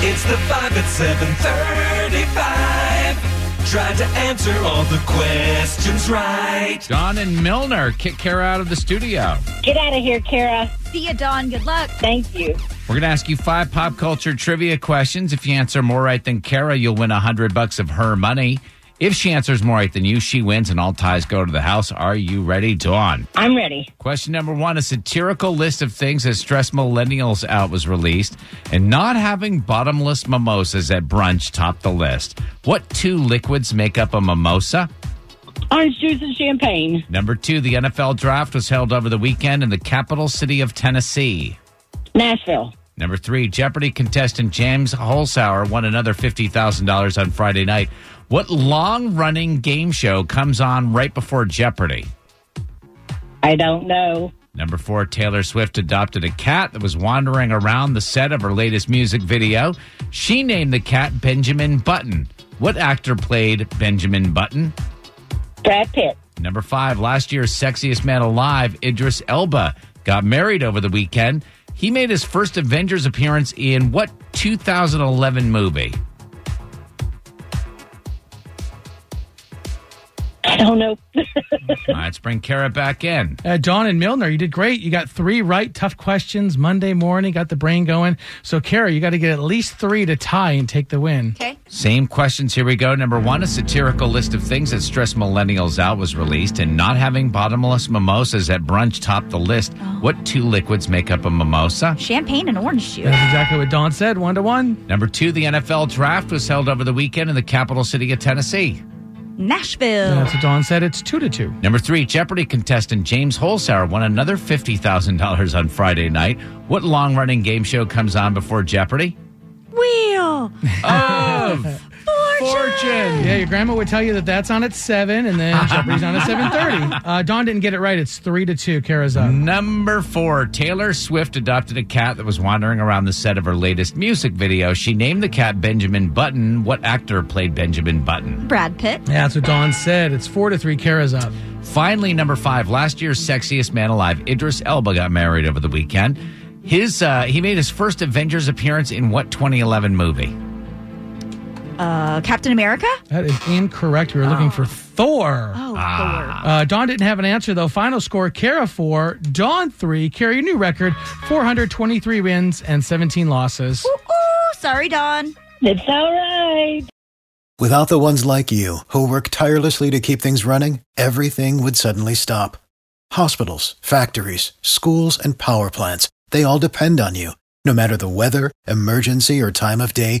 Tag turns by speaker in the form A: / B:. A: It's the 5 at 735. Tried to answer all the questions right.
B: Don and Milner kick Kara out of the studio.
C: Get out of here, Kara.
D: See you, Don. Good luck.
C: Thank you.
B: We're going to ask you five pop culture trivia questions. If you answer more right than Kara, you'll win a hundred bucks of her money. If she answers more right than you, she wins, and all ties go to the house. Are you ready, Dawn?
C: I'm ready.
B: Question number one: A satirical list of things that stress millennials out was released, and not having bottomless mimosas at brunch topped the list. What two liquids make up a mimosa?
C: Orange juice and champagne.
B: Number two: The NFL draft was held over the weekend in the capital city of Tennessee.
C: Nashville.
B: Number three, Jeopardy contestant James Holzhauer won another $50,000 on Friday night. What long running game show comes on right before Jeopardy?
C: I don't know.
B: Number four, Taylor Swift adopted a cat that was wandering around the set of her latest music video. She named the cat Benjamin Button. What actor played Benjamin Button?
C: Brad Pitt.
B: Number five, last year's sexiest man alive, Idris Elba, got married over the weekend. He made his first Avengers appearance in what 2011 movie?
C: I don't know.
B: All right, let's bring Kara back in.
E: Uh, Dawn and Milner, you did great. You got three right. Tough questions Monday morning. Got the brain going. So, Kara, you got to get at least three to tie and take the win.
D: Okay.
B: Same questions. Here we go. Number one, a satirical list of things that stress millennials out was released, and not having bottomless mimosas at brunch topped the list. What two liquids make up a mimosa?
D: Champagne and orange juice.
E: That's exactly what Dawn said. One to one.
B: Number two, the NFL draft was held over the weekend in the capital city of Tennessee.
D: Nashville.
E: That's what Dawn said. It's two to two.
B: Number three, Jeopardy contestant James Holzhauer won another $50,000 on Friday night. What long running game show comes on before Jeopardy?
D: Wheel.
B: Of Fortune.
E: Yeah, your grandma would tell you that that's on at seven, and then Jeopardy's on at seven thirty. Uh, Dawn didn't get it right. It's three to two. Kara's up.
B: Mm. Number four, Taylor Swift adopted a cat that was wandering around the set of her latest music video. She named the cat Benjamin Button. What actor played Benjamin Button?
D: Brad Pitt.
E: Yeah, that's what Dawn said. It's four to three. Kara's up.
B: Finally, number five, last year's sexiest man alive, Idris Elba, got married over the weekend. His uh, he made his first Avengers appearance in what 2011 movie?
D: Uh, Captain America.
E: That is incorrect. We were looking for Thor.
D: Oh,
E: Uh, Dawn didn't have an answer though. Final score: Kara four, Dawn three. Kara, your new record: four hundred twenty-three wins and seventeen losses.
D: Lord. Ooh, ooh, sorry, Don.
C: It's all right.
F: Without the ones like you, who work tirelessly to keep things running, everything would suddenly stop. Hospitals, factories, schools, and power plants, they all depend on you. No matter the weather, emergency, or time of day,